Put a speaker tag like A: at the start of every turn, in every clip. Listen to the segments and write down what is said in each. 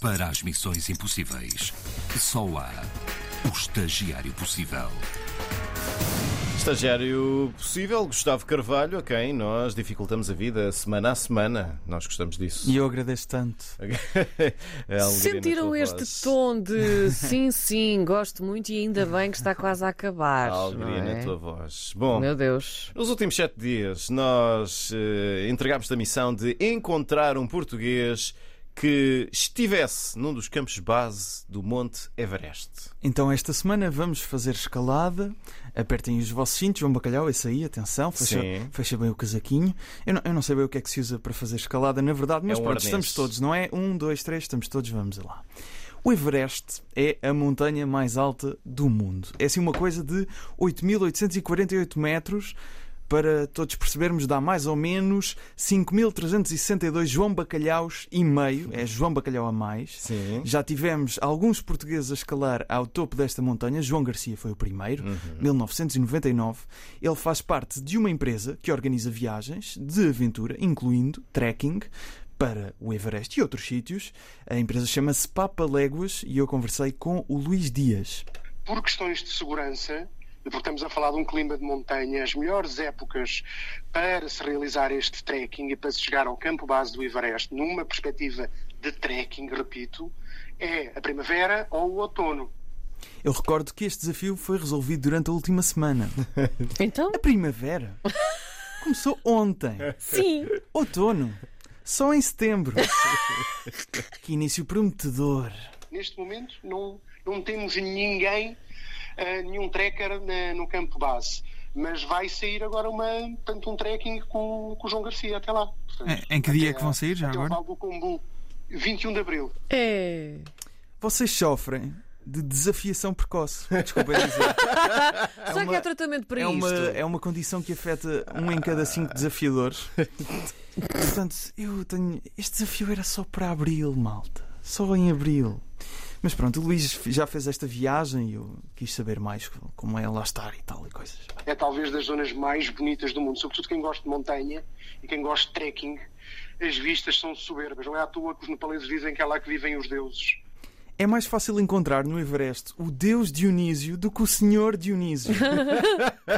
A: Para as missões impossíveis, só há o estagiário possível.
B: Estagiário possível, Gustavo Carvalho, a quem nós dificultamos a vida semana a semana. Nós gostamos disso.
C: E eu agradeço tanto.
B: A alegria na
D: Sentiram
B: tua
D: este
B: voz.
D: tom de sim, sim, gosto muito e ainda bem que está quase a acabar.
B: A alegria
D: não é? Oh,
B: na tua voz. Bom,
D: Meu Deus.
B: nos últimos sete dias nós eh, entregámos-te a missão de encontrar um português que estivesse num dos campos base do Monte Everest.
C: Então, esta semana vamos fazer escalada. Apertem os vossos cintos, João Bacalhau, esse aí, atenção. Fecha,
B: Sim.
C: fecha bem o casaquinho. Eu não, eu não sei bem o que é que se usa para fazer escalada, na verdade, mas
B: um
C: pronto,
B: arnês.
C: estamos todos, não é? Um, dois, três, estamos todos, vamos lá. O Everest é a montanha mais alta do mundo. É assim uma coisa de 8.848 metros. Para todos percebermos, dá mais ou menos 5.362 João Bacalhaus e meio. É João Bacalhau a mais.
B: Sim.
C: Já tivemos alguns portugueses a escalar ao topo desta montanha. João Garcia foi o primeiro, 1999. Ele faz parte de uma empresa que organiza viagens de aventura, incluindo trekking, para o Everest e outros sítios. A empresa chama-se Papa Léguas e eu conversei com o Luís Dias.
E: por questões de segurança, e porque estamos a falar de um clima de montanha, as melhores épocas para se realizar este trekking e para se chegar ao campo base do Everest, numa perspectiva de trekking, repito, é a primavera ou o outono.
C: Eu recordo que este desafio foi resolvido durante a última semana.
D: Então?
C: A primavera começou ontem.
D: Sim.
C: Outono. Só em setembro. que início prometedor.
E: Neste momento não, não temos ninguém, ah, nenhum trekker na- no campo base. Mas vai sair agora uma, portanto, um trekking com, com o João Garcia até lá. Portanto,
F: Em que dia é
E: até
F: que vão sair já
E: até ao
F: agora?
E: Vale do Combu, 21 de Abril.
D: É.
C: Vocês sofrem de desafiação precoce. Desculpa dizer.
D: Será que há tratamento para
C: É
D: isto?
C: uma, é uma condição que afeta um em cada cinco desafiadores. Portanto, eu tenho. Este desafio era só para abril, malta. Só em abril. Mas pronto, o Luís já fez esta viagem e eu quis saber mais como é lá estar e tal e coisas.
E: é talvez das zonas mais bonitas do mundo, sobretudo quem gosta de montanha e quem gosta de trekking. As vistas são soberbas. Não é à toa que os nepaleses dizem que é lá que vivem os deuses.
C: É mais fácil encontrar no Everest o Deus Dionísio do que o Senhor Dionísio.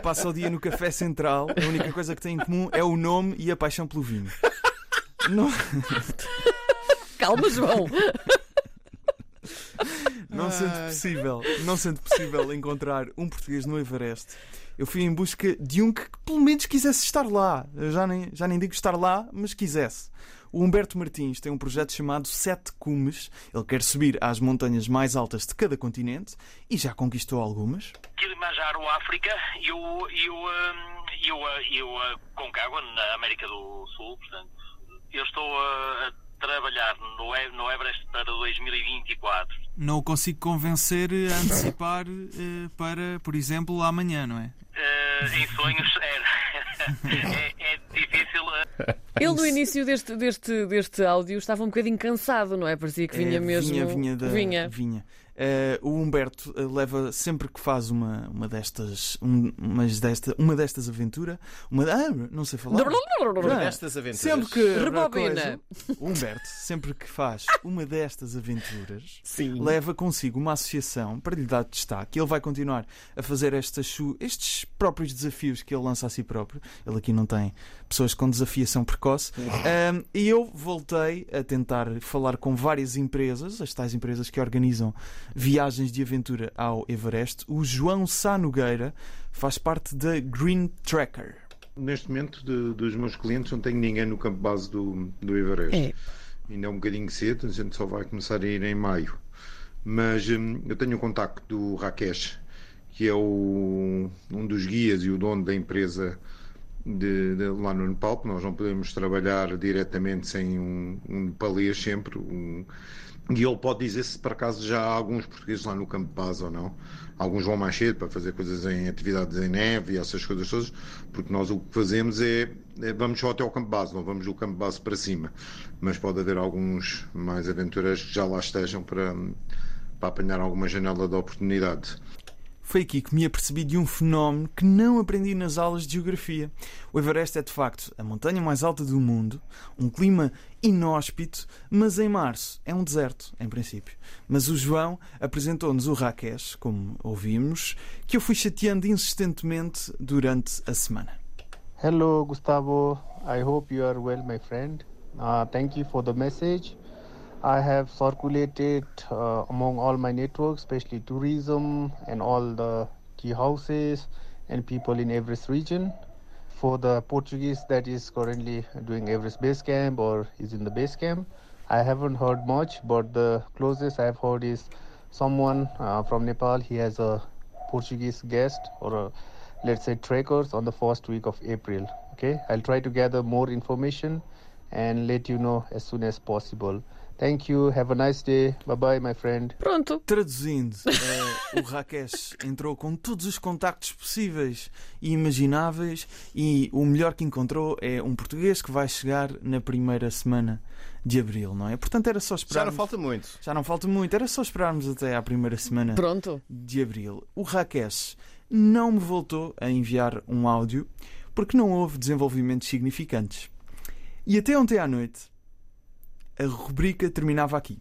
C: Passa o dia no café central, a única coisa que tem em comum é o nome e a paixão pelo vinho. Não,
D: Calma, João.
C: não sendo possível, não sendo possível encontrar um português no Everest, eu fui em busca de um que, que pelo menos quisesse estar lá. Eu já nem, já nem digo estar lá, mas quisesse. O Humberto Martins tem um projeto chamado Sete Cumes. Ele quer subir às montanhas mais altas de cada continente e já conquistou algumas.
G: Kilimanjaro, África, e o, e o, hum, e o, e o ah, Concagua, na América do Sul, portanto. Eu estou hum, a, a trabalhar no, E- no Everest para 2024.
F: Não o consigo convencer a antecipar eh, para, por exemplo, amanhã, não é?
G: Ah, em sonhos, é, é, é difícil. ah,
D: Ele no início deste, deste, deste áudio estava um bocadinho cansado, não é? Parecia que vinha
C: É,
D: mesmo.
C: Vinha, vinha. da-
D: Vinha.
C: vinha. Eh, o Humberto eh, leva sempre que faz uma, uma destas. um- umas desta, uma destas aventura. Uma, ah, não sei falar.
B: Uma
C: Ah,
B: destas aventuras.
C: Sempre que.
D: Rebobina.
C: coisa, o Humberto, sempre que faz uma destas aventuras,
B: Sim.
C: leva consigo uma associação para lhe dar destaque. Ele vai continuar a fazer estas, chu- estes próprios desafios que ele lança a si próprio. Ele aqui não tem pessoas com desafiação precoce. Ahm, e eu voltei a tentar falar com várias empresas, as tais empresas que organizam viagens de aventura ao Everest. O João Sá Nogueira faz parte da Green Tracker.
H: Neste momento, de- dos meus clientes, não tenho ninguém no campo base do, do Everest.
D: É.
H: Ainda é um bocadinho cedo, a gente só vai começar a ir em maio. Mas hum, eu tenho o contacto do Rakesh, que é o- um dos guias e o dono da empresa de, de- lá no Nepal, porque nós não podemos trabalhar diretamente sem um, um nepalês sempre. um- e ele pode dizer se por acaso já há alguns portugueses lá no campo de base ou não. Alguns vão mais cedo para fazer coisas em atividades em neve e essas coisas todas, porque nós o que fazemos é, é vamos só até ao campo de base, não vamos do campo de base para cima. Mas pode haver alguns mais aventureiros que já lá estejam para, para apanhar alguma janela de oportunidade.
C: foi aqui que me apercebi de um fenómeno que não aprendi nas aulas de geografia. O Everest é de facto a montanha mais alta do mundo, um clima inóspito, mas em março é um deserto, em princípio. Mas o João apresentou-nos o Raquesh, como ouvimos, que eu fui chateando insistentemente durante a semana.
I: Hello, Gustavo. I hope you are well, my friend. Uh, thank you for the message. I have circulated uh, among all my networks, especially tourism and all the tea houses and people in Everest region. For the Portuguese that is currently doing Everest base camp or is in the base camp, I haven't heard much, but the closest I've heard is someone uh, from Nepal. He has a Portuguese guest or a let's say trackers on the first week of April. Okay, I'll try to gather more information and let you know as soon as possible. Thank you. Have a nice day. Bye bye, my friend.
D: Pronto.
C: Traduzindo, eh, o Rakesh entrou com todos os contactos possíveis e imagináveis, e o melhor que encontrou é um português que vai chegar na primeira semana de abril, não é? Portanto, era só
B: Já
C: esperar.
B: não falta muito.
C: Já não falta muito, era só esperarmos até à primeira semana
D: Pronto.
C: de abril. O Rakesh não me voltou a enviar um áudio porque não houve desenvolvimentos significantes. E até ontem à noite a rubrica terminava aqui.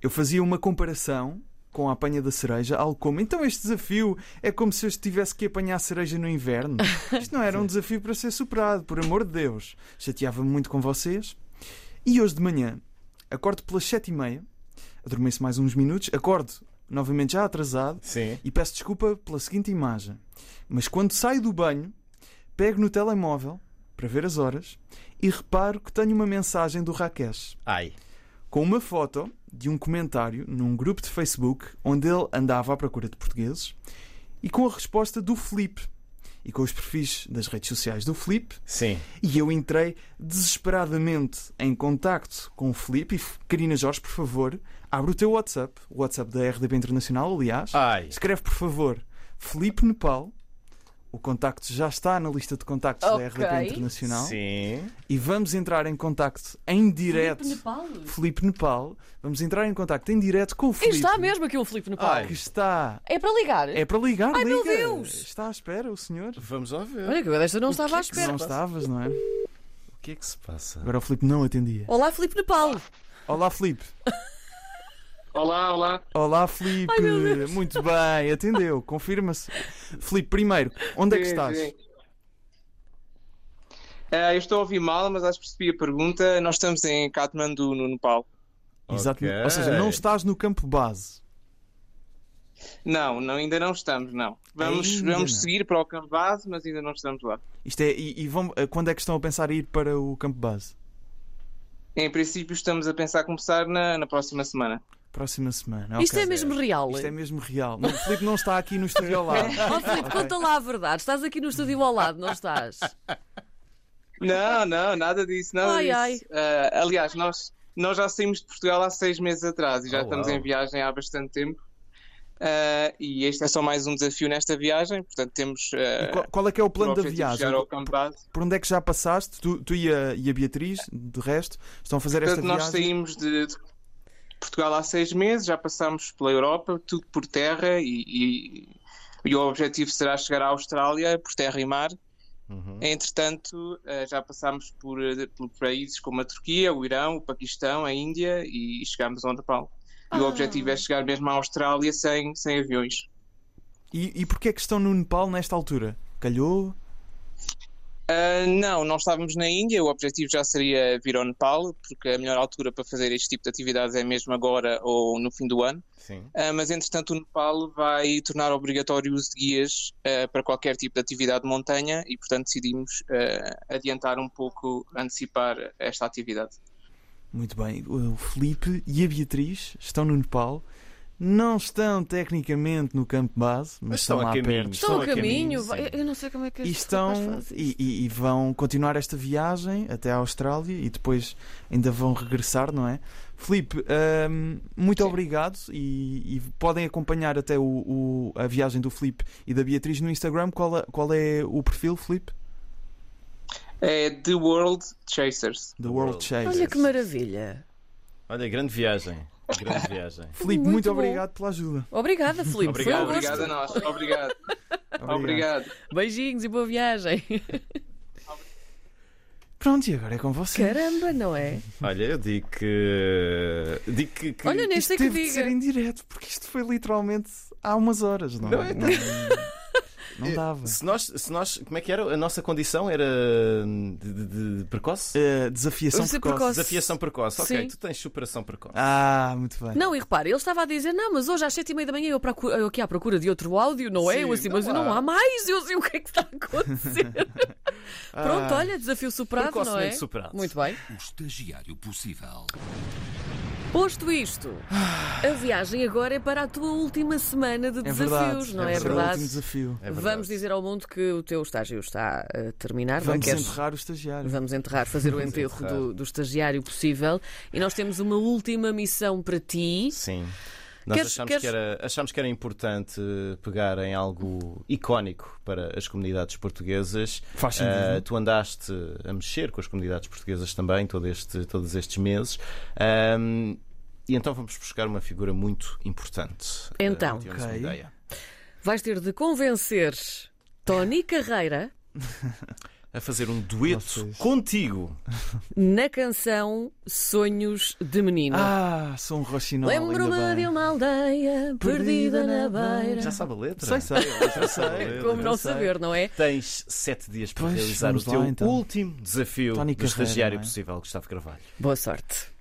C: Eu fazia uma comparação com a apanha da cereja, algo como então este desafio é como se eu tivesse que apanhar cereja no inverno. Isto não era um desafio para ser superado, por amor de Deus. Chateava-me muito com vocês. E hoje de manhã, acordo pelas sete e meia, adormeço mais uns minutos, acordo novamente já atrasado,
B: Sim.
C: e peço desculpa pela seguinte imagem. Mas quando saio do banho, pego no telemóvel para ver as horas e reparo que tenho uma mensagem do Rakesh
B: Ai.
C: com uma foto de um comentário num grupo de Facebook onde ele andava à procura de portugueses e com a resposta do Felipe e com os perfis das redes sociais do Felipe
B: Sim.
C: e eu entrei desesperadamente em contacto com o Felipe e Karina Jorge, por favor, abre o teu WhatsApp, o WhatsApp da RDP Internacional, aliás.
B: Ai.
C: Escreve, por favor, Felipe Nepal. O contacto já está na lista de contactos
D: Ok.
C: da RDP Internacional.
B: Sim.
C: E vamos entrar em contacto em direto. Felipe Nepal. Vamos entrar em contacto em direto com o
D: E
C: Felipe.
D: está mesmo aqui um Felipe Nepal.
B: Ai.
C: Que está.
D: É para ligar.
C: É para ligar,
D: Ai,
C: liga.
D: meu Deus!
C: Está à espera, o senhor.
B: Vamos lá ver.
D: Olha que eu desta não estava à espera.
C: Não estavas, não é?
B: O que é que se passa?
C: Agora o Felipe não atendia.
D: Olá, Felipe Nepal.
C: Olá, Felipe.
E: Olá, olá.
C: Olá, Felipe.
D: Ai, meu Deus.
C: Muito bem, atendeu, confirma-se. Felipe, primeiro, onde é que
J: Sim,
C: estás?
J: sim. Ah, eu estou a ouvir mal, mas acho que percebi a pergunta. Nós estamos em Katmandu, no Nepal.
C: Exatamente.
B: Ok.
C: Ou seja, não estás no campo base.
J: Não, não, ainda não estamos, não. Vamos,
C: Ainda
J: vamos
C: não.
J: seguir para o campo base, mas ainda não estamos lá.
C: Isto é, e, e vão, quando é que estão a pensar em ir para o campo base?
J: Em princípio, estamos a pensar começar na, na próxima semana.
C: Próxima semana.
D: Isto
C: ok.
D: é mesmo real.
C: Isto é mesmo real. Não, o Felipe não está aqui no estúdio ao lado.
D: Ó Filipe, conta lá a verdade. Estás aqui no estúdio ao lado, não estás?
J: Não, não, nada disso, nada
D: Ai,
J: disso.
D: ai.
J: Ah, aliás, nós, nós já saímos de Portugal há seis meses atrás e já
B: Oh,
J: estamos
B: uau.
J: em viagem há bastante tempo. Ah, e este é só mais um desafio nesta viagem, portanto temos ah,
C: E Qual, qual é que é o
J: por
C: plano da
J: objetivo
C: viagem?
J: chegar ao campo base.
C: Por onde é que já passaste? Tu, tu e, a, e a Beatriz, de resto, estão a fazer esta
J: Portanto, nós
C: viagem?
J: saímos de, de Portugal há seis meses, já passámos pela Europa, tudo por terra, e, e- e o objetivo será chegar à Austrália por terra e mar.
C: Uhum.
J: Entretanto, eh, já passámos por, eh, por países como a Turquia, o Irão, o Paquistão, a Índia e chegámos ao Nepal. E o objetivo é chegar mesmo à Austrália sem, sem aviões.
C: E, e porquê é que estão no Nepal nesta altura? Calhou?
J: Ah, não, não estávamos na Índia. O objetivo já seria vir ao Nepal, porque a melhor altura para fazer este tipo de atividades é mesmo agora ou no fim do ano.
B: Sim.
J: Ah, mas entretanto o Nepal vai tornar obrigatório o uso de guias ah, para qualquer tipo de atividade de montanha e portanto decidimos ah, adiantar um pouco, antecipar esta atividade.
C: Muito bem, o Felipe e a Beatriz estão no Nepal. Não estão tecnicamente no campo base, mas,
B: Mas estão
C: lá
B: a caminho.
C: perto.
D: Estão a
B: Estão a
D: caminho.
B: caminho,
D: vai-
B: sim.
D: Eu não sei como é que
C: E
D: este rapaz
C: estão
D: faz
C: e,
D: isso.
C: e- e vão continuar esta viagem até à Austrália e depois ainda vão regressar, não é? Felipe, hum, muito obrigado e, e podem acompanhar até o, o- a viagem do Felipe e da Beatriz no Instagram. Qual, é- qual é o perfil, Felipe?
J: É The World Chasers.
C: The World
B: World.
C: Chasers.
D: Olha que maravilha.
B: Olha, grande viagem. Grande viagem.
C: Filipe, muito,
D: Muito bom.
C: obrigado pela ajuda.
D: Obrigada, Filipe.
B: Obrigado.
D: Foi um gosto.
J: Ah, Obrigado a nós. Obrigado. Obrigado.
D: Beijinhos e boa viagem.
C: Pronto, e agora é com vocês.
D: Caramba, não é?
B: Olha, eu digo que. Digo que. que-
D: Olha, nem
C: Isto
D: sei que
C: teve de ser
D: diga.
C: em direto, porque isto foi literalmente há umas horas, não,
B: Não é?
C: é? Não, não dava.
B: Se nós, se nós. Como é que era? A nossa condição era. de, de- de precoce?
C: Eh, desafiação
D: Deve ser
C: precoce.
D: precoce.
B: Desafiação precoce. Ok,
D: Sim.
B: tu tens superação precoce.
C: Ah, muito bem.
D: Não, e repara, ele estava a dizer, não, mas hoje às sete e meia da manhã eu, procuro, eu aqui à procura de outro áudio, não é?
B: Sim,
D: eu assim,
B: não
D: mas
B: há.
D: não há mais, eu sei o que é que está a acontecer. Pronto, olha, desafio superado, não é?
B: Precocemente superado.
D: Muito bem.
A: O estagiário possível.
D: Posto isto, a viagem agora é para a tua última semana de
C: é
D: desafios,
C: verdade.
D: não é,
C: é o
D: verdade?
C: último desafio.
B: É verdade.
D: Vamos dizer ao mundo que o teu estágio está a terminar, não é?
C: Vamos
D: Queres-
C: enterrar o estagiário.
D: Vamos enterrar, fazer o enterro
B: enterrar.
D: do, do estagiário possível. E nós temos uma última missão para ti.
B: Sim. Nós
D: Queres-
B: achamos,
D: queres-
B: Que era, achamos que era importante pegar em algo icónico para as comunidades portuguesas.
C: Faz sentido,
B: Ah,
C: não é?
B: tu andaste a mexer com as comunidades portuguesas também todo este- todos estes meses. Ahm, e então vamos buscar uma figura muito importante.
D: Então.
B: Ah, tínhamos uma
C: Ok.
B: ideia.
D: Vais ter de convencer Tony Carreira
B: A fazer um dueto
C: Vocês.
B: contigo.
D: na canção Sonhos de Menino.
C: Ah, sou um roxinol.
D: Lembro-me
C: ainda bem.
D: de uma aldeia perdida na beira.
B: Já sabe a letra?
C: Sei, sei, já sei.
D: Como não
C: Eu sei.
D: saber, não é?
B: Tens sete dias para
C: Pois,
B: realizar o
C: vamos lá,
B: teu
C: então.
B: último desafio
C: Tony
B: do
C: Carreira,
B: estagiário
C: não é?
B: possível, Gustavo Carvalho.
D: Boa sorte.